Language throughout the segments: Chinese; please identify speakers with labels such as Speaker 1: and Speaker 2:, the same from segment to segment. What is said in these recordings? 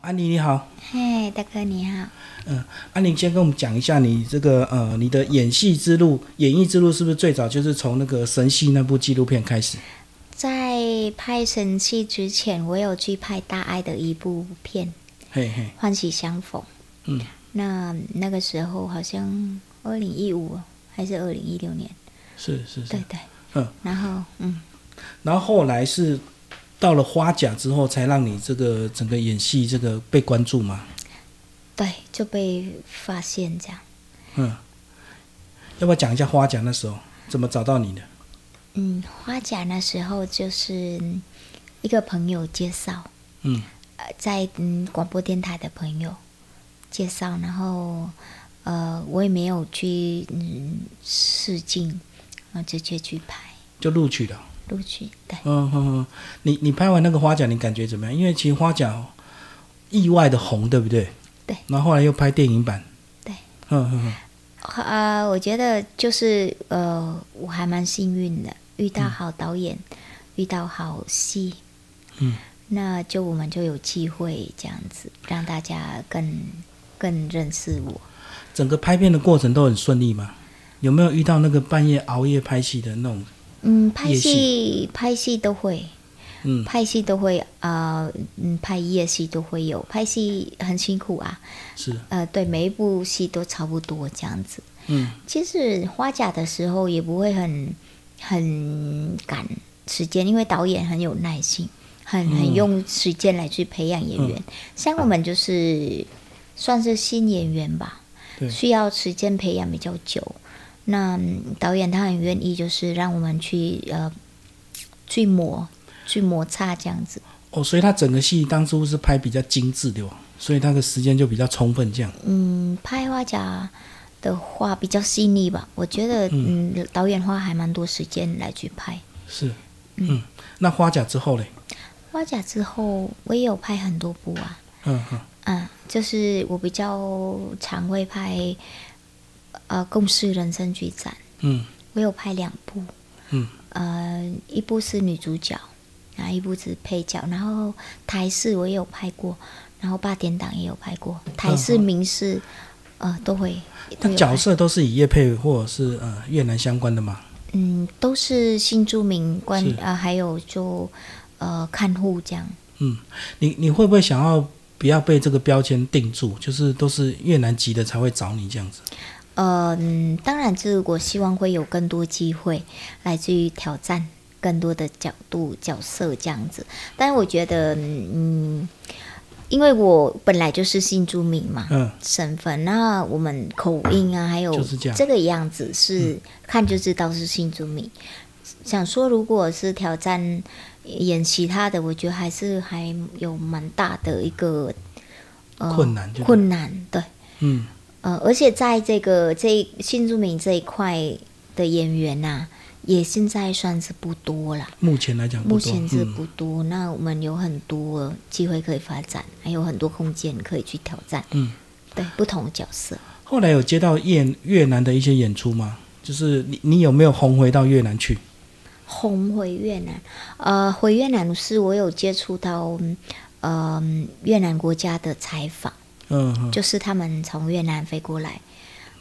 Speaker 1: 安妮你好，
Speaker 2: 嘿，大哥你好。
Speaker 1: 安妮先跟我们讲一下你这个呃你的演戏之路，演艺之路是不是最早就是从那个《神戏》那部纪录片开始？
Speaker 2: 在拍《神器》之前，我有去拍大爱的一部片
Speaker 1: 嘿嘿
Speaker 2: 《欢喜相逢》。
Speaker 1: 嗯，
Speaker 2: 那那个时候好像二零一五还是二零一六年，
Speaker 1: 是是是
Speaker 2: 对。对。
Speaker 1: 嗯。
Speaker 2: 然后，嗯，
Speaker 1: 然后后来是到了花甲之后，才让你这个整个演戏这个被关注嘛？
Speaker 2: 对，就被发现这样。
Speaker 1: 嗯，要不要讲一下花甲那时候怎么找到你的？
Speaker 2: 嗯，花甲那时候就是一个朋友介绍，
Speaker 1: 嗯
Speaker 2: 呃，在嗯广播电台的朋友介绍，然后呃，我也没有去嗯试镜，然后直接去拍
Speaker 1: 就录取了。
Speaker 2: 录取，对，
Speaker 1: 嗯嗯嗯，你你拍完那个花甲，你感觉怎么样？因为其实花甲意外的红，对不对？
Speaker 2: 对。
Speaker 1: 然后后来又拍电影版。
Speaker 2: 对。
Speaker 1: 嗯嗯嗯，
Speaker 2: 呃，我觉得就是呃，我还蛮幸运的，遇到好导演，遇到好戏，
Speaker 1: 嗯，
Speaker 2: 那就我们就有机会这样子让大家更更认识我。
Speaker 1: 整个拍片的过程都很顺利嘛？有没有遇到那个半夜熬夜拍戏的那种？
Speaker 2: 嗯，拍
Speaker 1: 夜
Speaker 2: 戏拍戏都会，
Speaker 1: 嗯
Speaker 2: 拍戏都会，呃，嗯，拍夜戏都会有，拍戏很辛苦啊，
Speaker 1: 是，
Speaker 2: 呃，对，每一部戏都差不多这样子。
Speaker 1: 嗯
Speaker 2: 其实花甲的时候也不会很很赶时间，因为导演很有耐心，很很用时间来去培养演员。像我们就是算是新演员吧
Speaker 1: 对，
Speaker 2: 需要时间培养比较久。那嗯导演他很愿意，就是让我们去呃去磨、去摩擦这样子。
Speaker 1: 哦，所以他整个戏当初是拍比较精致的哦，所以他的时间就比较充分，这样。
Speaker 2: 嗯，拍花甲的话比较细腻吧，我觉得嗯，导演花还蛮多时间来去拍。
Speaker 1: 是，嗯，那花甲之后嘞？
Speaker 2: 花甲之后，我也有拍很多部啊，
Speaker 1: 嗯嗯，
Speaker 2: 嗯，就是我比较常会拍，呃，《共事人生剧展》，
Speaker 1: 嗯
Speaker 2: 我有拍两部，
Speaker 1: 嗯，
Speaker 2: 呃，一部是女主角，然后一部是配角，然后台式我也有拍过，然后八点档也有拍过，台式、
Speaker 1: 嗯
Speaker 2: 民式，呃，都会，都
Speaker 1: 那
Speaker 2: 有
Speaker 1: 角
Speaker 2: 拍
Speaker 1: 色都是以叶配或者是呃越南相关的嘛？
Speaker 2: 嗯，都是新住民关
Speaker 1: 是，
Speaker 2: 呃，还有就呃看护这样。
Speaker 1: 你你会不会想要不要被这个标签定住？就是都是越南籍的才会找你这样子？
Speaker 2: 呃嗯，当然，就是我希望会有更多机会来自于挑战更多的角度、角色这样子。但是我觉得，嗯，因为我本来就是新住民嘛，
Speaker 1: 嗯，
Speaker 2: 身份，那我们口音啊，还有
Speaker 1: 就是这样嗯
Speaker 2: 个样子是看就知道是新住民。想说，如果是挑战演其他的，我觉得还是还有蛮大的一个、呃、
Speaker 1: 困难就对
Speaker 2: 困难，对。
Speaker 1: 嗯，
Speaker 2: 呃，而且在这个这一新住民这一块的演员呐、也现在算是不多了，
Speaker 1: 目前来讲不
Speaker 2: 目
Speaker 1: 多，
Speaker 2: 前是
Speaker 1: 嗯
Speaker 2: 不多。那我们有很多机会可以发展，还有很多空间可以去挑战。
Speaker 1: 嗯，
Speaker 2: 对，不同的角色。
Speaker 1: 后来有接到越越南的一些演出吗？就是你你有没有红回到越南去？
Speaker 2: 红回越南，呃，回越南是我有接触到，嗯、呃，越南国家的采访，
Speaker 1: 嗯，嗯
Speaker 2: 就是他们从越南飞过来，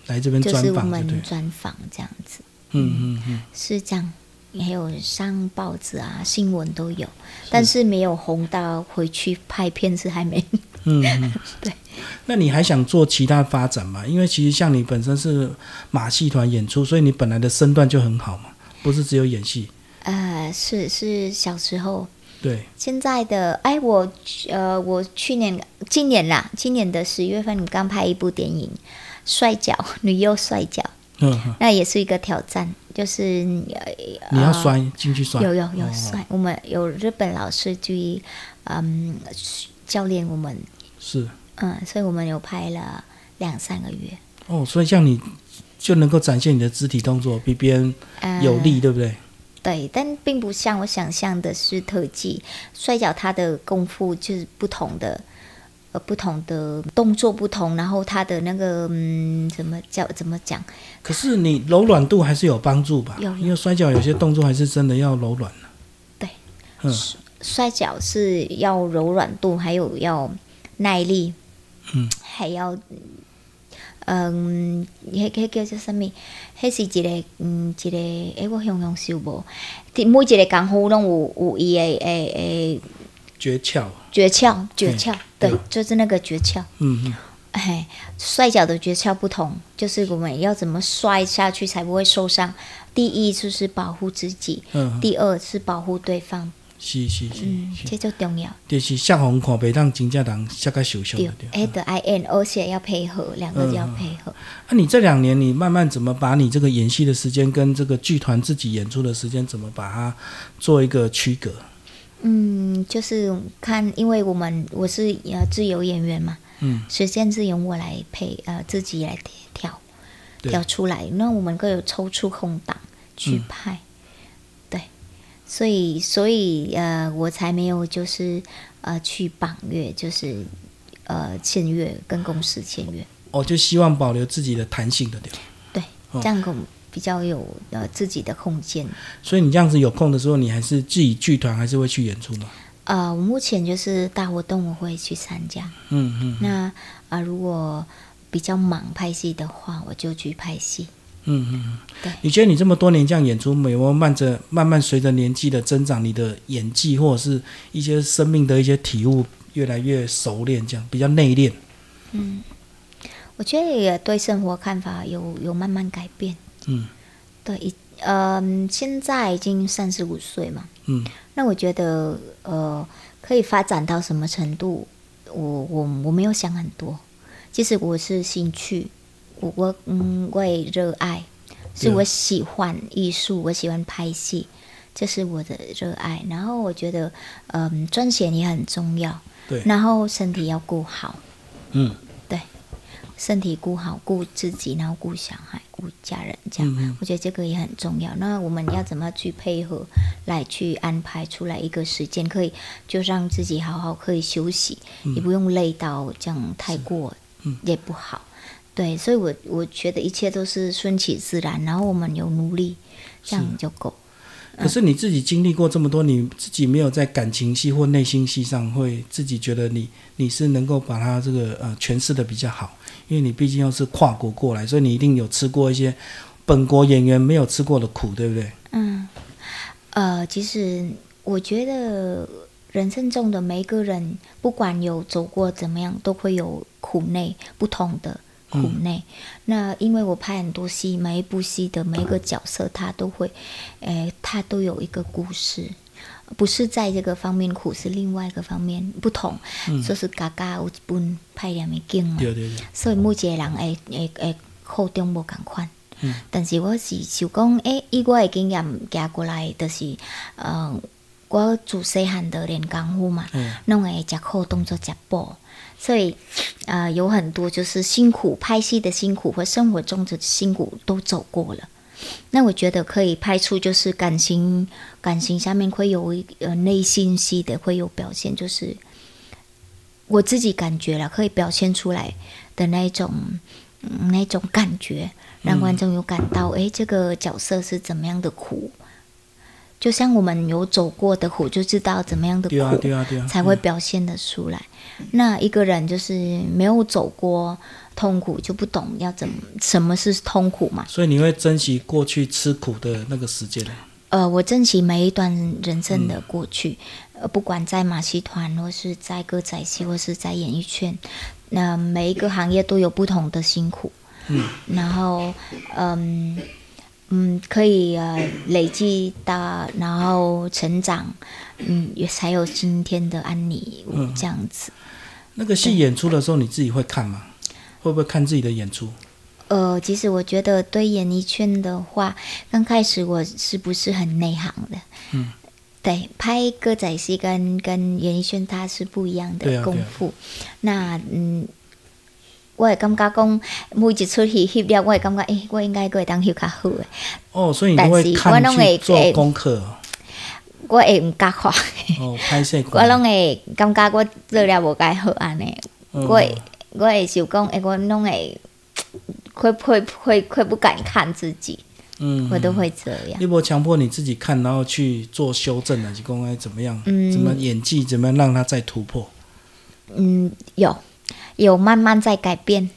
Speaker 1: 来这边
Speaker 2: 就
Speaker 1: 专
Speaker 2: 是我
Speaker 1: 访就对
Speaker 2: 们
Speaker 1: 了，
Speaker 2: 专访这样子。
Speaker 1: 嗯嗯嗯，
Speaker 2: 是这样，还有上报纸啊、新闻都有，但是没有红到回去拍片是还没。
Speaker 1: 嗯，嗯
Speaker 2: 对。
Speaker 1: 那你还想做其他发展吗？因为其实像你本身是马戏团演出，所以你本来的身段就很好嘛，不是只有演戏。
Speaker 2: 呃，是是小时候，
Speaker 1: 对，
Speaker 2: 现在的哎，我呃，我去年今年啦，今年的十月份刚拍一部电影《摔跤女优摔跤》，
Speaker 1: 嗯，嗯
Speaker 2: 那也是一个挑战，就是
Speaker 1: 你要摔进去摔，
Speaker 2: 呃有有有摔，我们有日本老师去嗯教练我们，
Speaker 1: 是
Speaker 2: 嗯，所以我们有拍了两三个月。
Speaker 1: 哦，所以像你就能够展现你的肢体动作比别人
Speaker 2: 呃
Speaker 1: 有力，对不对？
Speaker 2: 对，但并不像我想象的是特技，摔跤它的功夫就是不同的，呃，不同的动作不同，然后它的那个嗯，怎么叫怎么讲？
Speaker 1: 可是你柔软度还是有帮助吧？
Speaker 2: 有有
Speaker 1: 因为摔跤有些动作还是真的要柔软、啊、
Speaker 2: 对，
Speaker 1: 嗯，
Speaker 2: 摔跤是要柔软度，还有要耐力，
Speaker 1: 嗯，
Speaker 2: 还要，嗯，迄迄叫做啥物？迄是一个，嗯，一个，诶、我想想想无，伫每一个功夫拢有有伊的诶诶
Speaker 1: 诀窍，
Speaker 2: 诀窍，诀
Speaker 1: 对
Speaker 2: 窍，对
Speaker 1: 对，
Speaker 2: 就是那个诀窍。
Speaker 1: 嗯嗯
Speaker 2: 哎，摔跤的诀窍不同，就是我们要怎么摔下去才不会受伤。第一就是保护自己，
Speaker 1: 嗯，
Speaker 2: 第二是保护对方，
Speaker 1: 是是是
Speaker 2: 嗯，
Speaker 1: 是，
Speaker 2: 这就重要。
Speaker 1: 就是下红看袂当真正人下个受伤
Speaker 2: 对
Speaker 1: 的对。
Speaker 2: ，A 的 I N，而且要配合，两个
Speaker 1: 嗯
Speaker 2: 就要
Speaker 1: 嗯
Speaker 2: 配合。
Speaker 1: 那、你这两年，你慢慢怎么把你这个演戏的时间跟这个剧团自己演出的时间，怎么把它做一个区隔？
Speaker 2: 嗯，就是看，因为我们我是呃自由演员嘛，
Speaker 1: 嗯，
Speaker 2: 时间是由我来配，呃，自己来调
Speaker 1: 对
Speaker 2: 调出来。那我们各有抽出空档去
Speaker 1: 嗯
Speaker 2: 拍，对，所以所以呃，我才没有就是呃去绑约，就是呃签约跟公司签约，
Speaker 1: 哦，就希望保留自己的弹性的对。
Speaker 2: 对，
Speaker 1: 哦
Speaker 2: 这样我们比较有呃自己的空间。
Speaker 1: 所以你这样子有空的时候，你还是自己剧团还是会去演出嘛？
Speaker 2: 呃，我目前就是大活动我会去参加，
Speaker 1: 嗯嗯
Speaker 2: 那啊、如果比较忙拍戏的话，我就去拍戏。
Speaker 1: 嗯嗯
Speaker 2: 对
Speaker 1: 嗯。你觉得你这么多年这样演出，有没有慢着慢慢随着年纪的增长，你的演技或者是一些生命的一些体悟越来越熟练，这样比较内敛？
Speaker 2: 我觉得也对生活看法有有慢慢改变。
Speaker 1: 嗯
Speaker 2: 对，一嗯、现在已经三十五岁嘛，
Speaker 1: 嗯
Speaker 2: 那我觉得呃，可以发展到什么程度，我我我没有想很多。其实我是兴趣，我我嗯，我也热爱，是
Speaker 1: 对啊
Speaker 2: 我喜欢艺术，我喜欢拍戏，这是我的热爱。然后我觉得，嗯，赚钱也很重要，
Speaker 1: 对
Speaker 2: 然后身体要顾好，
Speaker 1: 嗯
Speaker 2: 身体顾好，顾自己，然后顾小孩，顾家人，这样，
Speaker 1: 嗯
Speaker 2: 我觉得这个也很重要。那我们要怎么去配合，来去安排出来一个时间，可以就让自己好好可以休息，也不用累到这样太过，
Speaker 1: 嗯
Speaker 2: 也不好。对，所以我我觉得一切都是顺其自然，然后我们有努力，这样就够。
Speaker 1: 可是你自己经历过这么多，你自己没有在感情戏或内心戏上会自己觉得你你是能够把它这个呃诠释的比较好，因为你毕竟又是跨国过来，所以你一定有吃过一些本国演员没有吃过的苦，对不对？
Speaker 2: 嗯，呃，其实我觉得人生中的每一个人，不管有走过怎么样，都会有苦内不同的苦内。那因为我拍很多戏，每一部戏的每一个角色，他都会，呃，他都有一个故事。不是在这个方面苦，是另外一个方面不同。就是嘎嘎有一本拍念的经嘛，
Speaker 1: 对对对，
Speaker 2: 所以每一个人会会会口中无共款。
Speaker 1: 嗯
Speaker 2: 但是我是想讲，诶、以我的经验行过来，就是，呃，我自细汉的练功夫嘛，
Speaker 1: 嗯
Speaker 2: 弄会食苦当做食补，所以，呃，有很多就是辛苦拍戏的辛苦和生活中的辛苦都走过了。那我觉得可以拍出就是感情，感情下面会有一呃内心戏的会有表现，就是我自己感觉了，可以表现出来的那一种、嗯、那一种感觉，让观众有感到，诶，这个角色是怎么样的苦。就像我们有走过的苦，就知道怎么样的苦，
Speaker 1: 对啊对啊对啊，
Speaker 2: 才会
Speaker 1: 嗯
Speaker 2: 表现得出来。那一个人就是没有走过痛苦，就不懂要怎么什么是痛苦嘛。
Speaker 1: 所以你会珍惜过去吃苦的那个时间。
Speaker 2: 呃，我珍惜每一段人生的过去，呃，不管在马戏团，或是在歌仔戏，或是在演艺圈，那、每一个行业都有不同的辛苦。
Speaker 1: 嗯，
Speaker 2: 然后，嗯嗯，可以呃累积到，然后成长，嗯，也才有今天的安妮
Speaker 1: 嗯
Speaker 2: 这样子。
Speaker 1: 那个戏演出的时候，你自己会看吗？会不会看自己的演出？
Speaker 2: 呃，其实我觉得对演艺圈的话，刚开始我是不是很内行的？
Speaker 1: 嗯，
Speaker 2: 对，拍歌仔戏跟跟演艺圈它是不一样
Speaker 1: 对
Speaker 2: 的
Speaker 1: 啊
Speaker 2: 功
Speaker 1: 对啊
Speaker 2: 夫。那嗯，我会感觉讲每一出戏翕了，我会感觉诶、我应该还会当翕较好诶，
Speaker 1: 哦，所以你都
Speaker 2: 但
Speaker 1: 会
Speaker 2: 是我
Speaker 1: 看
Speaker 2: 都会
Speaker 1: 去做
Speaker 2: 会
Speaker 1: 功课哦，
Speaker 2: 我会毋 敢看，
Speaker 1: 哦拍 摄过
Speaker 2: 我拢会感觉我做了无该好安尼。
Speaker 1: 嗯
Speaker 2: 我会我会想讲，诶、我拢会会会会会不敢看自己，
Speaker 1: 嗯
Speaker 2: 我都会这样。
Speaker 1: 你不强迫你自己看，然后去做修正啊，是讲哎怎么样，
Speaker 2: 嗯
Speaker 1: 怎么演技怎么样让它再突破？
Speaker 2: 嗯，有有慢慢在改变，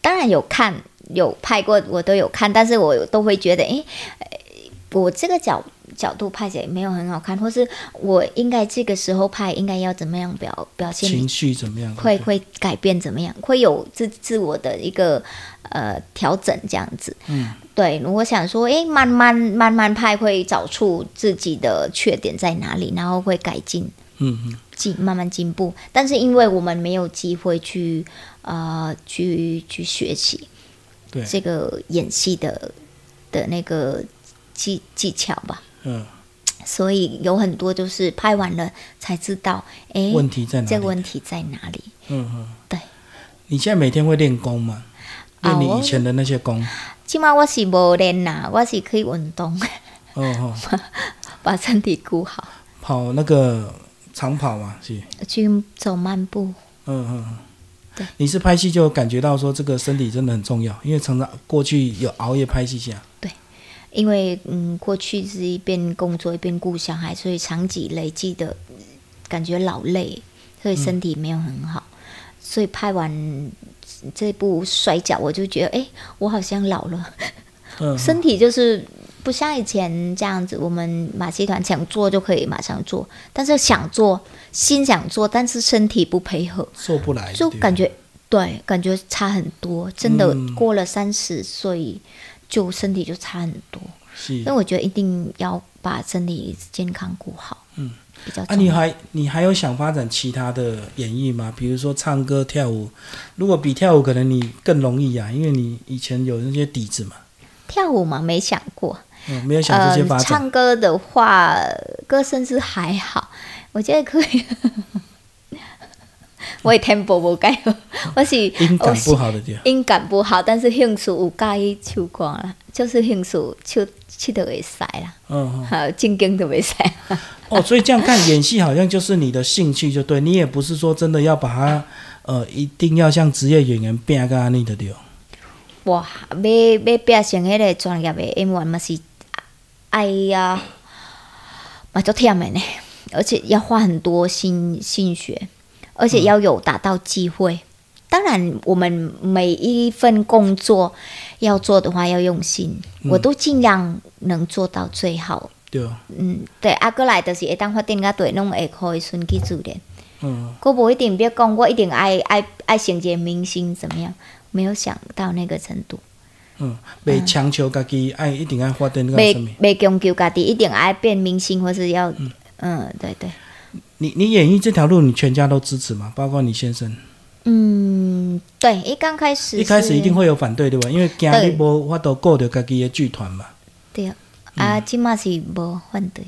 Speaker 2: 当然有看有拍过，我都有看，但是我都会觉得，诶，呃我这个角角度拍起来没有很好看，或是我应该这个时候拍应该要怎么样表表现
Speaker 1: 情绪怎么样？
Speaker 2: 会
Speaker 1: 对
Speaker 2: 会改变怎么样？会有自自我的一个呃调整这样子。
Speaker 1: 嗯，
Speaker 2: 对。我想说，诶，慢慢慢慢拍会找出自己的缺点在哪里，然后会改进，
Speaker 1: 嗯嗯
Speaker 2: 进慢慢进步。但是因为我们没有机会去呃去去学习
Speaker 1: 对，
Speaker 2: 这个演戏的的那个技技巧吧，
Speaker 1: 嗯、
Speaker 2: 所以有很多就是拍完了才知道，诶，
Speaker 1: 问题在哪里？
Speaker 2: 这个问题在哪里？
Speaker 1: 嗯嗯，
Speaker 2: 对。
Speaker 1: 你现在每天会练功吗？
Speaker 2: 啊
Speaker 1: 练你
Speaker 2: 我
Speaker 1: 以前的那些功？
Speaker 2: 起码我是无练啦，我是去运动，
Speaker 1: 哦哦，
Speaker 2: 把身体顾好，
Speaker 1: 跑那个长跑嘛，是。
Speaker 2: 去走漫步。
Speaker 1: 嗯嗯嗯
Speaker 2: 对。
Speaker 1: 你是拍戏就感觉到说这个身体真的很重要，因为常常过去有熬夜拍戏啊下，
Speaker 2: 因为嗯，过去是一边工作一边顾小孩，所以长期累积的嗯感觉劳累，所以身体没有很好。所以拍完这部摔跤，我就觉得，哎，我好像老了，
Speaker 1: 嗯，
Speaker 2: 身体就是不像以前这样子，我们马戏团想做就可以马上做，但是想做心想做，但是身体不配合。
Speaker 1: 受不来，
Speaker 2: 就
Speaker 1: 对啊
Speaker 2: 感觉对，感觉差很多，真的
Speaker 1: 嗯
Speaker 2: 过了三十岁，就身体就差很多。
Speaker 1: 是
Speaker 2: 所以。我觉得一定要把身体健康顾好，嗯，比较
Speaker 1: 啊，
Speaker 2: 重
Speaker 1: 你
Speaker 2: 要。
Speaker 1: 还你还有想发展其他的演艺吗？比如说唱歌、跳舞。如果比跳舞，可能你更容易啊，因为你以前有那些底子嘛。
Speaker 2: 跳舞嘛，没想过，
Speaker 1: 嗯，没有想这
Speaker 2: 呃
Speaker 1: 些发，展。
Speaker 2: 唱歌的话，歌声是还好，我觉得可以。 我也 tempo 无改好，我是
Speaker 1: 音
Speaker 2: 我
Speaker 1: 感
Speaker 2: 是
Speaker 1: 不好的地方，
Speaker 2: 音感不好，但是兴趣有介意唱歌啦，就是兴趣唱唱都会使啦，
Speaker 1: 嗯，嗯
Speaker 2: 好正经都袂使。
Speaker 1: 哦，所以这样看演戏好像就是你的兴趣，就对你也不是说真的要把它，呃，一定要像职业演员变个安利的对。
Speaker 2: 哇，要要变成迄个专业的演员嘛是，哎呀，嘛足忝的呢，而且要花很多心心血，而且要有达到机会。当然，我们每一份工作要做的话要用心，我都尽量能做到最好。
Speaker 1: 对，
Speaker 2: 嗯，对，啊，过来就是会当发展到对，拢会可以顺其自然。
Speaker 1: 嗯，
Speaker 2: 我不一定别讲，我一定爱爱爱成一个明星怎么样？没有想到那个程度。
Speaker 1: 嗯，袂强求家己爱一定爱发展个什么
Speaker 2: 袂。袂强求家己一定爱变明星，或是要嗯对对，
Speaker 1: 你你演艺这条路，你全家都支持吗？包括你先生，
Speaker 2: 嗯，对，一刚开始
Speaker 1: 一开始
Speaker 2: 是
Speaker 1: 一定会有反对对吧？因为惊
Speaker 2: 对
Speaker 1: 你无法度顾着家己的剧团嘛。
Speaker 2: 对啊，即嘛是无反对。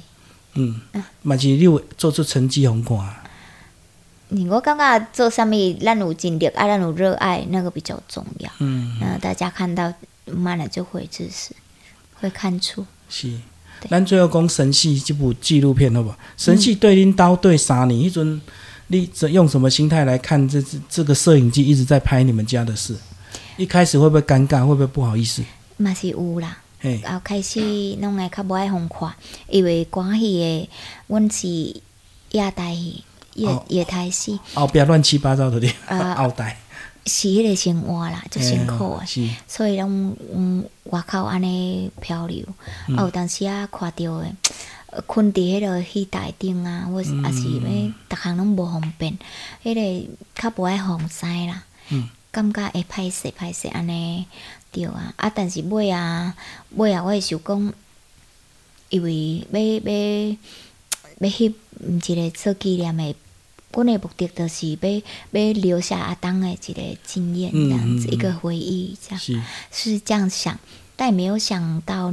Speaker 1: 嗯，嘛是你有做出成绩红看啊。
Speaker 2: 嗯，我感觉做啥物，咱有尽力，啊，咱有热爱，那个比较重要。
Speaker 1: 嗯，
Speaker 2: 嗯，大家看到慢了就会支持，会看出。
Speaker 1: 是。
Speaker 2: 对
Speaker 1: 咱最后讲《神戏》这部纪录片好不好？《神戏》对恁刀对杀你，迄阵你怎用什么心态来看这这这个摄影机一直在拍你们家的事？一开始会不会尴尬？会不会不好意思？
Speaker 2: 嘛是有啦，
Speaker 1: 嘿，
Speaker 2: 后开始拢会较无爱互看，因为关系的，阮是亚太戏、亚
Speaker 1: 哦
Speaker 2: 亚太戏，
Speaker 1: 后壁乱七八糟的对，
Speaker 2: 呃
Speaker 1: 后代
Speaker 2: 是迄个生活啦，足辛苦啊的
Speaker 1: 嘿。是，
Speaker 2: 所以拢嗯外口安尼漂流，
Speaker 1: 嗯
Speaker 2: 啊有当时啊看着诶，呃困伫迄落戏台顶啊，或
Speaker 1: 嗯
Speaker 2: 是啊是要逐项拢无方便，迄、个较无爱防晒啦，
Speaker 1: 嗯
Speaker 2: 感觉会歹势歹势安尼，对啊，啊但是尾啊尾啊，我会想讲，因为要要要翕嗯一个做纪念诶。阮诶目的就是要要留下阿当诶一个经验，这样
Speaker 1: 嗯嗯
Speaker 2: 子、
Speaker 1: 嗯
Speaker 2: 一个回忆，这样。
Speaker 1: 是，
Speaker 2: 是这样想，但也没有想到，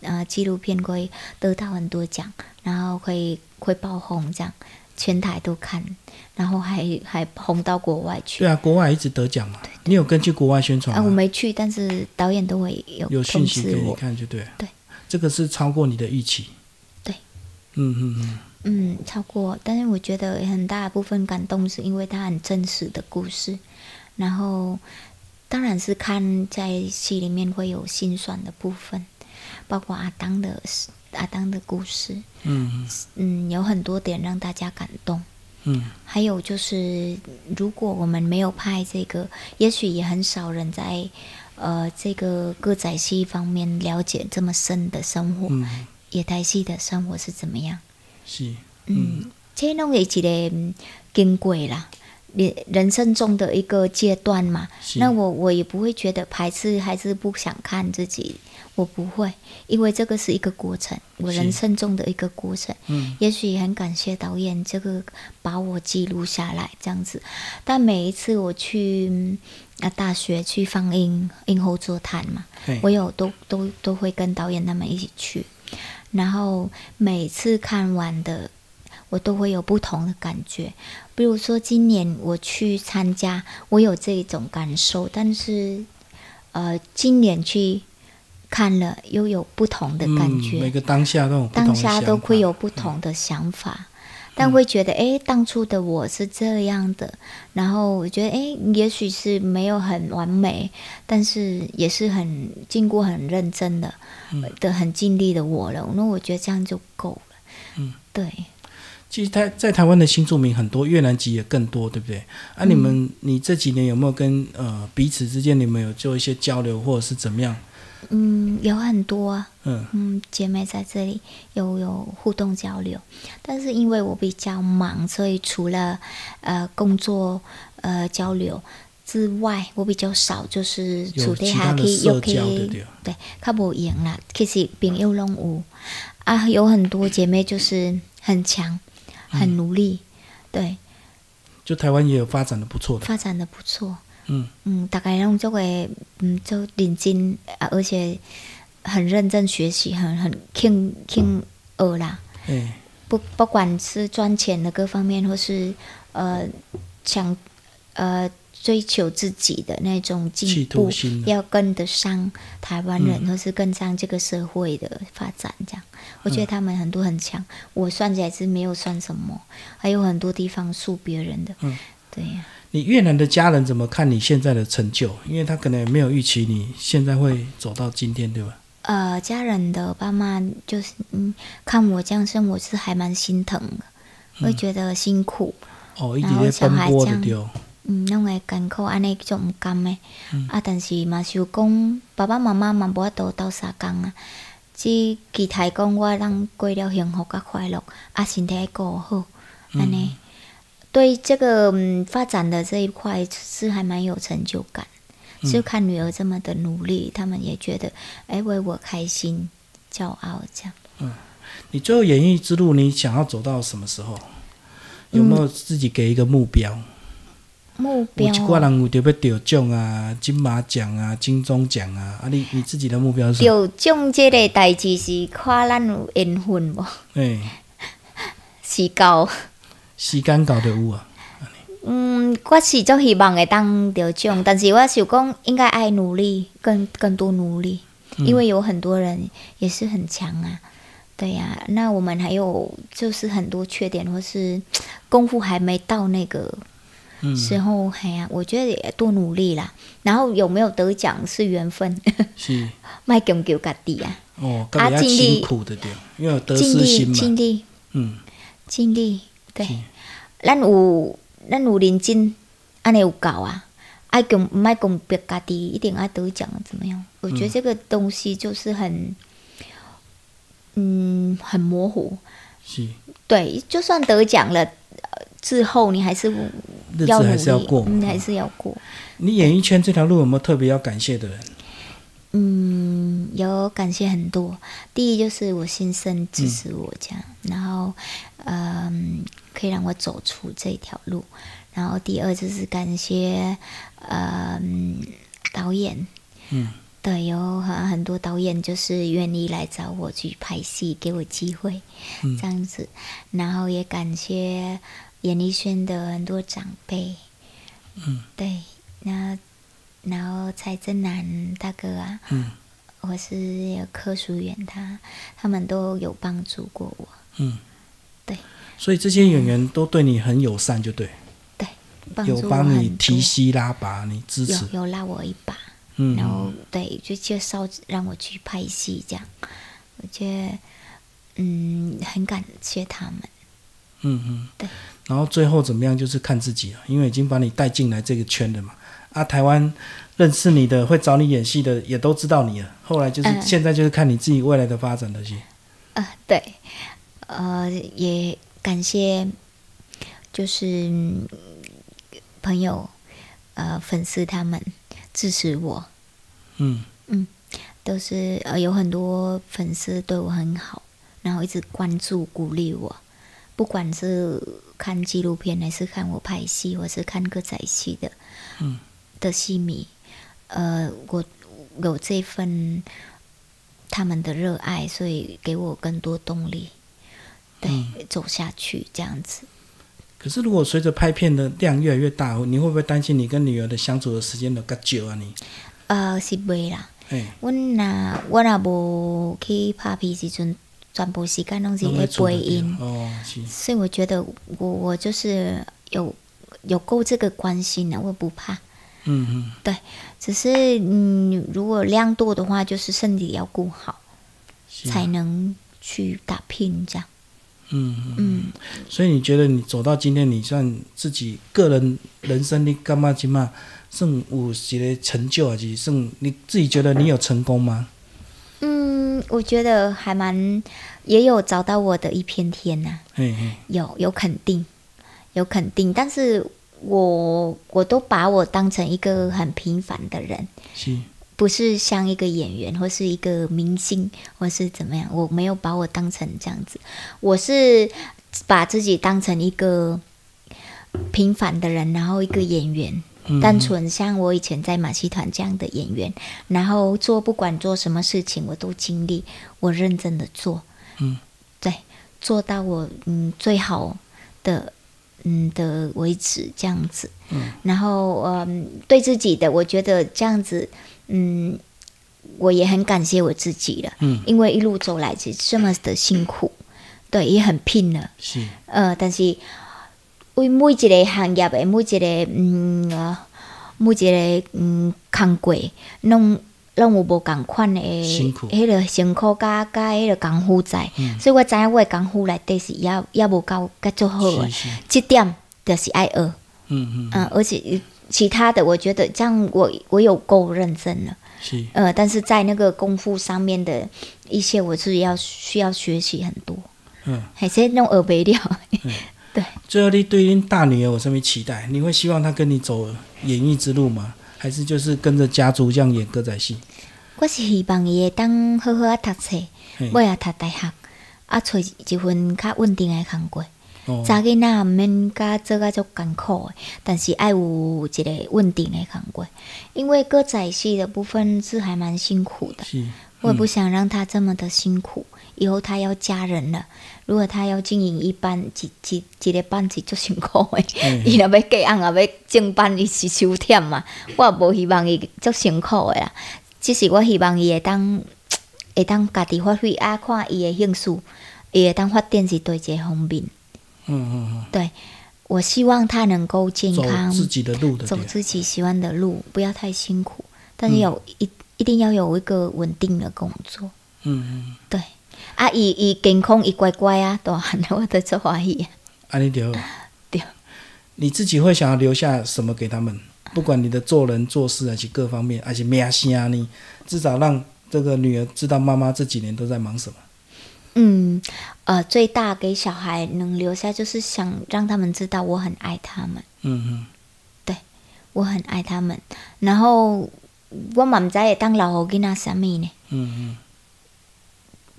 Speaker 2: 呃，纪录片会得到很多奖，然后会会爆红，这样全台都看，然后还还红到国外去。
Speaker 1: 对啊，国外一直得奖嘛。你有跟去国外宣传
Speaker 2: 啊，我
Speaker 1: 吗？
Speaker 2: 没去，但是导演都会有
Speaker 1: 有
Speaker 2: 哦通
Speaker 1: 讯息
Speaker 2: 知
Speaker 1: 给你
Speaker 2: 我。
Speaker 1: 看就对了。
Speaker 2: 对，
Speaker 1: 这个是超过你的预期。
Speaker 2: 对，
Speaker 1: 嗯嗯嗯，
Speaker 2: 嗯，超过，但是我觉得很大部分感动是因为它很真实的故事，然后当然是看在戏里面会有心酸的部分，包括阿当的阿当的故事，
Speaker 1: 嗯
Speaker 2: 嗯，有很多点让大家感动，
Speaker 1: 嗯嗯
Speaker 2: 还有就是，如果我们没有拍这个，也许也很少人在呃这个歌仔戏方面了解这么深的生活，
Speaker 1: 嗯，
Speaker 2: 野台戏的生活是怎么样。
Speaker 1: 是，
Speaker 2: 嗯，这拢是一个嗯经过啦，人人生中的一个阶段嘛。
Speaker 1: 是
Speaker 2: 那我我也不会觉得排斥，还是不想看自己，我不会，因为这个是一个过程，我
Speaker 1: 是
Speaker 2: 人生中的一个过程。
Speaker 1: 嗯
Speaker 2: 也许很感谢导演这个把我记录下来这样子，但每一次我去嗯啊大学去放映映后座谈嘛，
Speaker 1: 嘿
Speaker 2: 我有都都都会跟导演他们一起去，然后每次看完的我都会有不同的感觉。比如说今年我去参加，我有这种感受，但是呃，今年去看了又有不同的感觉。
Speaker 1: 嗯每个当下都有不同的
Speaker 2: 当下都
Speaker 1: 想法
Speaker 2: 会有不同的想法，但会觉得，诶，当初的我是这样的，然后我觉得，诶，也许是没有很完美，但是也是很经过很认真的、呃的很尽力的我了。那我觉得这样就够了。
Speaker 1: 嗯，
Speaker 2: 对，
Speaker 1: 其实台在台湾的新住民很多，越南籍也更多，对不对？啊，
Speaker 2: 嗯
Speaker 1: 你们、你这几年有没有跟呃彼此之间你们有做一些交流，或者是怎么样？
Speaker 2: 嗯，有很多、啊，
Speaker 1: 嗯
Speaker 2: 嗯，姐妹在这里有有互动交流，但是因为我比较忙，所以除了呃工作呃交流之外，我比较少，就是
Speaker 1: 有
Speaker 2: 除
Speaker 1: 其
Speaker 2: 非
Speaker 1: 他
Speaker 2: 还
Speaker 1: 的
Speaker 2: 可以又
Speaker 1: 社
Speaker 2: 可
Speaker 1: 交对不
Speaker 2: 以
Speaker 1: 对
Speaker 2: 对，较无闲啦。其实朋友拢有啊，有很多姐妹就是很强，很努力，对，
Speaker 1: 就台湾也有发展的不错的，
Speaker 2: 发展的不错。
Speaker 1: 嗯
Speaker 2: 嗯，大概拢做会，嗯，做认真啊，而且很认真学习，很很肯肯学啦。
Speaker 1: 哎，
Speaker 2: 不不管是赚钱的各方面，或是呃想呃追求自己的那种
Speaker 1: 企
Speaker 2: 进
Speaker 1: 图
Speaker 2: 步
Speaker 1: 心，啊
Speaker 2: 要跟得上台湾人，
Speaker 1: 嗯
Speaker 2: 或是跟上这个社会的发展，这样我
Speaker 1: 嗯
Speaker 2: 觉得他们很多很强，我算起来是没有算什么，还有很多地方输别人的，
Speaker 1: 嗯
Speaker 2: 对呀、
Speaker 1: 你越南的家人怎么看你现在的成就？因为他可能也没有预期你现在会走到今天，对吧？
Speaker 2: 呃，家人的爸妈就是嗯，看我这样生活是还蛮心疼的，
Speaker 1: 嗯
Speaker 2: 会觉得辛苦，
Speaker 1: 哦，一直在奔波的哦丢，
Speaker 2: 嗯，拢会艰苦，安尼就毋甘的。
Speaker 1: 嗯
Speaker 2: 啊，但是嘛，想讲爸爸妈妈嘛无法度斗相共啊，只期待讲我咱过了幸福甲快乐，啊，身体顾好，
Speaker 1: 嗯
Speaker 2: 安尼、对这个、嗯、发展的这一块是还蛮有成就感。
Speaker 1: 嗯
Speaker 2: 就看女儿这么的努力，他们也觉得，哎，为我开心、骄傲这样。
Speaker 1: 你最后演艺之路，你想要走到什么时候？有没有自己给一个目标？
Speaker 2: 目标
Speaker 1: 有一
Speaker 2: 哦、
Speaker 1: 寡人有特别得奖啊，金马奖啊，金钟奖啊，啊你你自己的目标是什么？
Speaker 2: 有奖这个代志是看咱有缘分无，
Speaker 1: 哎、
Speaker 2: 是够。
Speaker 1: 时间搞得有啊，
Speaker 2: 嗯，我是足希望会当得奖，但是我想讲应该爱努力，更更多努力，
Speaker 1: 嗯
Speaker 2: 因为有很多人也是很强啊。对呀、那我们还有就是很多缺点，或是功夫还没到那个
Speaker 1: 嗯，
Speaker 2: 时候，哎呀、我觉得也多努力啦。然后有没有得奖是缘分，
Speaker 1: 是
Speaker 2: 卖给给家己啊，
Speaker 1: 哦，个人要
Speaker 2: 尽力
Speaker 1: 辛苦的对，哦因为有得
Speaker 2: 尽
Speaker 1: 失心
Speaker 2: 力尽
Speaker 1: 嘛，
Speaker 2: 力
Speaker 1: 嗯，
Speaker 2: 尽力，对，咱有咱有认真，安尼有够啊。爱讲唔爱讲别家己，一定爱得奖怎么样？我觉得这个东西就是很，嗯，很模糊。
Speaker 1: 是
Speaker 2: 对，就算得奖了、呃之后，你还是
Speaker 1: 日子
Speaker 2: 要努
Speaker 1: 还
Speaker 2: 力，
Speaker 1: 是要过嘛
Speaker 2: 嗯，
Speaker 1: 哈
Speaker 2: 还是要过。
Speaker 1: 你演艺圈这条路有没有特别要感谢的人？
Speaker 2: 嗯，有感谢很多。第一就是我先生支持我这样，然后嗯，可以让我走出这条路。然后第二就是感谢嗯导演，
Speaker 1: 嗯，
Speaker 2: 对，有很很多导演就是愿意来找我去拍戏，给我机会，
Speaker 1: 嗯
Speaker 2: 这样子。然后也感谢演艺圈的很多长辈，
Speaker 1: 嗯，
Speaker 2: 对，那然后蔡振南大哥啊，
Speaker 1: 嗯
Speaker 2: 或是有柯淑媛他，他们都有帮助过我。
Speaker 1: 嗯，
Speaker 2: 对
Speaker 1: 所以这些演员都对你很友善，就对，
Speaker 2: 对，帮
Speaker 1: 有
Speaker 2: 助我
Speaker 1: 帮你
Speaker 2: 很
Speaker 1: 提
Speaker 2: 多
Speaker 1: 膝拉拔，你支持
Speaker 2: 有，有拉我一把，
Speaker 1: 嗯
Speaker 2: 然后对就介绍让我去拍戏这样，我觉得嗯很感谢他们，
Speaker 1: 嗯嗯，
Speaker 2: 对。
Speaker 1: 然后最后怎么样，就是看自己了，因为已经把你带进来这个圈了嘛。啊，台湾认识你的，会找你演戏的，也都知道你了。后来就是、
Speaker 2: 嗯
Speaker 1: 现在就是看你自己未来的发展的些。
Speaker 2: 呃，对，呃，也感谢就是嗯朋友、呃粉丝他们支持我，
Speaker 1: 嗯
Speaker 2: 都是呃有很多粉丝对我很好，然后一直关注鼓励我，不管是看纪录片，还是看我拍戏，或是看歌仔戏的，
Speaker 1: 嗯，
Speaker 2: 的戏迷，呃，我有这份他们的热爱，所以给我更多动力，对，
Speaker 1: 嗯
Speaker 2: 走下去这样子。
Speaker 1: 可是如果随着拍片的量越来越大，你会不会担心你跟女儿的相处的时间都较久啊你？
Speaker 2: 呃，是袂啦，
Speaker 1: 哎、
Speaker 2: 阮若我若无去拍片时阵，全部时间拢是
Speaker 1: 都
Speaker 2: 咧
Speaker 1: 会处得
Speaker 2: 配
Speaker 1: 到
Speaker 2: 音。
Speaker 1: 哦，是，
Speaker 2: 所以我觉得我我就是有有够这个关心了，我不怕。
Speaker 1: 嗯嗯
Speaker 2: 对，只是嗯，如果量多的话，就是身体要顾好，
Speaker 1: 是
Speaker 2: 才能去打拼这样。
Speaker 1: 嗯嗯。
Speaker 2: 嗯，
Speaker 1: 所以你觉得你走到今天，你算自己个人人生你干嘛起码算有一个成就啊？是算你自己觉得你有成功吗？
Speaker 2: 嗯，我觉得还蛮也有找到我的一片天呐、
Speaker 1: 嘿嘿，
Speaker 2: 有有肯定，有肯定，但是我我都把我当成一个很平凡的人，
Speaker 1: 是，
Speaker 2: 不是像一个演员或是一个明星或是怎么样，我没有把我当成这样子，我是把自己当成一个平凡的人，然后一个演员，
Speaker 1: 嗯
Speaker 2: 单纯像我以前在马戏团这样的演员，然后做不管做什么事情我都尽力，我认真的做，
Speaker 1: 嗯，
Speaker 2: 对，做到我嗯最好的嗯的为止这样子，
Speaker 1: 嗯，
Speaker 2: 然后嗯对自己的，我觉得这样子嗯我也很感谢我自己了，
Speaker 1: 嗯，
Speaker 2: 因为一路走来是这么的辛苦，对，也很拼了。
Speaker 1: 是，
Speaker 2: 呃，但是为每一个行业的每一个嗯、呃每一个嗯工过，拢拢有无共款的
Speaker 1: 辛苦
Speaker 2: 迄个辛苦加加迄个功夫在，
Speaker 1: 嗯
Speaker 2: 所以我知影我的功夫内底是也也无够甲足好的
Speaker 1: 是，是，
Speaker 2: 即点就是爱学，
Speaker 1: 嗯嗯，
Speaker 2: 嗯、而且其他的我觉得这样我我有够认真了。
Speaker 1: 是，
Speaker 2: 呃，但是在那个功夫上面的一些，我是要需要学习很多，
Speaker 1: 嗯。
Speaker 2: 还是弄耳背掉。对，
Speaker 1: 最后，你对恁大女儿有什么期待？你会希望她跟你走演艺之路吗？还是就是跟着家族这样演歌仔戏？
Speaker 2: 我是希望伊会当好好啊读册，
Speaker 1: 嘿
Speaker 2: 尾啊读大学，啊找一份较稳定诶工作。
Speaker 1: 哦，
Speaker 2: 查囡仔毋免甲做甲足艰苦诶，但是爱有一个稳定诶工作，因为歌仔戏的部分是还蛮辛苦的。
Speaker 1: 是，
Speaker 2: 我也不想让他这么的辛苦，以后他要嫁人了，如果他要经营一班一一一个班是足辛苦诶。
Speaker 1: 嗯
Speaker 2: 伊若要嫁翁啊，要正班，伊是收忝嘛。我也无希望伊足辛苦的啦，只是我希望伊会当会当家己发挥啊，看伊的兴趣，伊会当发展是对一个方面。
Speaker 1: 嗯嗯
Speaker 2: 对我希望他能够健
Speaker 1: 嗯，走
Speaker 2: 康，
Speaker 1: 自己的路的，
Speaker 2: 走
Speaker 1: 对
Speaker 2: 自己喜欢的路，不要太辛苦，但是有一、一定要有一个稳定的工作。
Speaker 1: 嗯嗯，
Speaker 2: 对，啊，伊伊健康，伊乖乖啊， 大汉了我都做欢喜啊。
Speaker 1: 安尼对。
Speaker 2: 对，
Speaker 1: 你自己会想要留下什么给他们？不管你的做人做事还是各方面，还是咩啊你至少让这个女儿知道妈妈这几年都在忙什么。
Speaker 2: 嗯，呃，最大给小孩能留下就是想让他们知道我很爱他们，
Speaker 1: 嗯嗯，
Speaker 2: 我很爱他们。然后我嘛毋知会当留互囡仔啥物呢？
Speaker 1: 嗯嗯，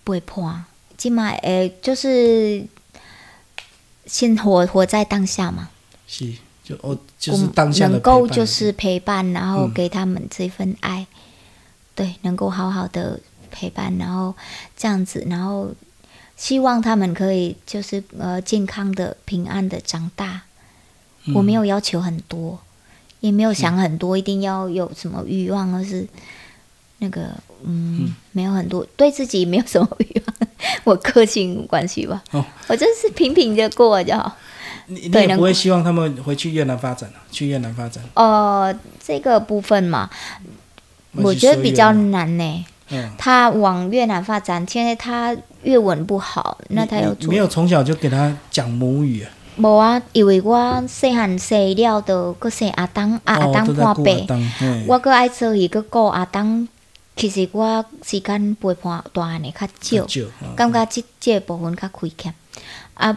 Speaker 2: 背叛，即嘛诶，呃就是先活活在当下嘛，
Speaker 1: 是，就哦，
Speaker 2: 我
Speaker 1: 就是
Speaker 2: 们
Speaker 1: 当下的
Speaker 2: 能
Speaker 1: 陪伴
Speaker 2: 够就是陪伴，然后
Speaker 1: 嗯
Speaker 2: 给他们这份爱，对，能够好好的陪伴，然后这样子，然后希望他们可以就是呃健康的、平安的长大。
Speaker 1: 嗯
Speaker 2: 我没有要求很多，也没有想很多，一定要有什么欲望，而是那个嗯，没有很多，对自己没有什么欲望， 我个性无关系吧。
Speaker 1: 哦
Speaker 2: 我就是平平的过就好。
Speaker 1: 你你
Speaker 2: 对
Speaker 1: 也
Speaker 2: 能
Speaker 1: 不会希望他们回去越南发展啊去越南发展。
Speaker 2: 呃，这个部分嘛，我觉得比较难呢、
Speaker 1: 嗯
Speaker 2: 他往越南发展，现在他粤文不好，那他要
Speaker 1: 嗯你
Speaker 2: 做
Speaker 1: 没有从小就给他讲母语啊？
Speaker 2: 无啊，因为我细汉细了，都搁生阿东，啊阿
Speaker 1: 哦，都在
Speaker 2: 东看
Speaker 1: 顾阿
Speaker 2: 病，
Speaker 1: 当，嘿
Speaker 2: 我搁爱做伊，搁顾阿东。其实我时间陪伴大汉的较少，
Speaker 1: 就哦
Speaker 2: 感觉即即个部分较亏欠。啊，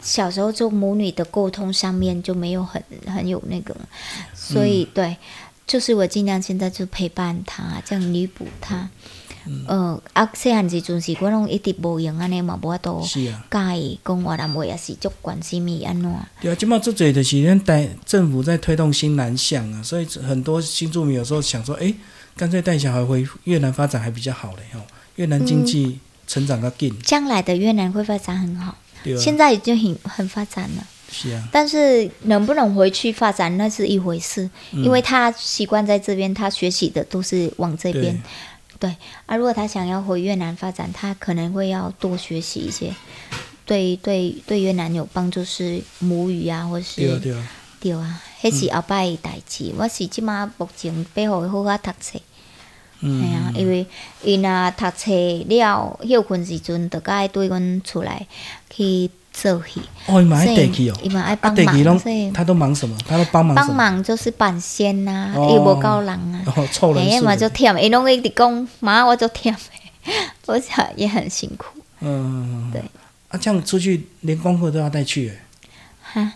Speaker 2: 小时候做母女的沟通上面就没有很很有那个，所以、
Speaker 1: 嗯
Speaker 2: 对，就是我尽量现在就陪伴他，这样弥补他。
Speaker 1: 嗯
Speaker 2: 呃，啊，细汉时阵是我拢一直无闲安尼嘛，无法度。
Speaker 1: 是啊，
Speaker 2: 介意讲越南话也是足关心伊安怎？
Speaker 1: 对啊，今嘛这嘴的是咱带政府在推动新南向啊，所以很多新住民有时候想说，哎，干脆带小孩回越南发展还比较好嘞，吼，越南经济成长较紧，
Speaker 2: 将来的越南会发展很好，
Speaker 1: 对
Speaker 2: 现
Speaker 1: 啊，
Speaker 2: 在已经很很发展了。
Speaker 1: 是啊，
Speaker 2: 但是能不能回去发展那是一回事，
Speaker 1: 嗯
Speaker 2: 因为他习惯在这边，他学习的都是往这
Speaker 1: 对
Speaker 2: 边。啊，如果他想要回越南发展，他可能会要多学习一些对对对越南有帮助是母语啊，或是
Speaker 1: 对嗯啊，对啊，
Speaker 2: 对啊，迄是后摆的代志。我是即马目前要互伊好好读册。
Speaker 1: 嗯，
Speaker 2: 系啊，因为伊若读册了休困时阵，就该对阮厝内去做戏，
Speaker 1: 哦，你买
Speaker 2: 所以
Speaker 1: 地基哦，
Speaker 2: 伊嘛爱
Speaker 1: 啊，
Speaker 2: 帮
Speaker 1: 地基
Speaker 2: 忙，
Speaker 1: 拢
Speaker 2: 所以
Speaker 1: 他都忙什么？他都帮忙什
Speaker 2: 帮
Speaker 1: 么？
Speaker 2: 忙就是办仙呐，
Speaker 1: 哦
Speaker 2: 伊无够人啊，
Speaker 1: 然后哦凑人
Speaker 2: 哎呀
Speaker 1: 数
Speaker 2: 嘛就
Speaker 1: 的，嗯
Speaker 2: 忝，伊拢一直讲妈我就忝， 我想也很辛苦
Speaker 1: 嗯，
Speaker 2: 对。
Speaker 1: 啊，这样出去连功课都要带去耶，
Speaker 2: 哈。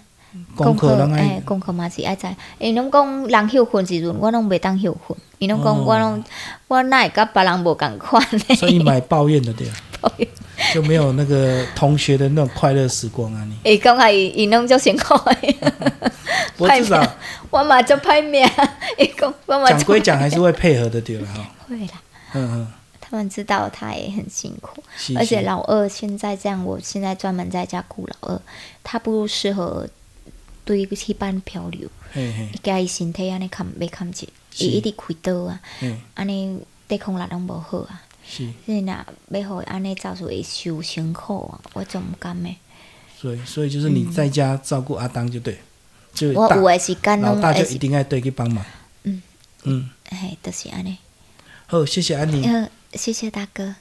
Speaker 1: 功课拢
Speaker 2: 哎
Speaker 1: 爱，
Speaker 2: 功课嘛是爱知，伊拢讲人休困时阵，我拢袂当休困，伊拢讲
Speaker 1: 哦
Speaker 2: 我拢我哪会甲别人无共款呢？
Speaker 1: 所以买抱怨的对啊，
Speaker 2: 抱怨
Speaker 1: 就没有那个同学的那种快乐时光啊，你。
Speaker 2: 伊感觉伊伊拢足辛苦的。
Speaker 1: 不过至 少
Speaker 2: 我嘛就歹命， 伊讲我嘛
Speaker 1: 讲
Speaker 2: 就
Speaker 1: 归讲，还是会配合的对了哈。
Speaker 2: 会啦。
Speaker 1: 嗯嗯，
Speaker 2: 他们知道他也很辛苦，
Speaker 1: 是
Speaker 2: 而且
Speaker 1: 是
Speaker 2: 老二现在这样，我现在专门在家顾老二，他不适合对去班漂流，
Speaker 1: 嘿嘿
Speaker 2: 伊家伊身体安尼扛袂扛住，
Speaker 1: 是
Speaker 2: 伊一直开刀啊，
Speaker 1: 嘿，
Speaker 2: 安尼抵抗力拢无好啊。
Speaker 1: 是，
Speaker 2: 你若要互伊安尼走出会受辛苦啊，我就毋甘的。
Speaker 1: 所以所以就是你在家照顾阿当就对，就
Speaker 2: 嗯我
Speaker 1: 大
Speaker 2: 有的时间
Speaker 1: 老
Speaker 2: 拢
Speaker 1: 大
Speaker 2: 会
Speaker 1: 就是一，定要对去帮忙。
Speaker 2: 嗯
Speaker 1: 嗯，
Speaker 2: 嘿，就是安尼。
Speaker 1: 好，谢谢安妮。
Speaker 2: 嗯呃，谢谢大哥。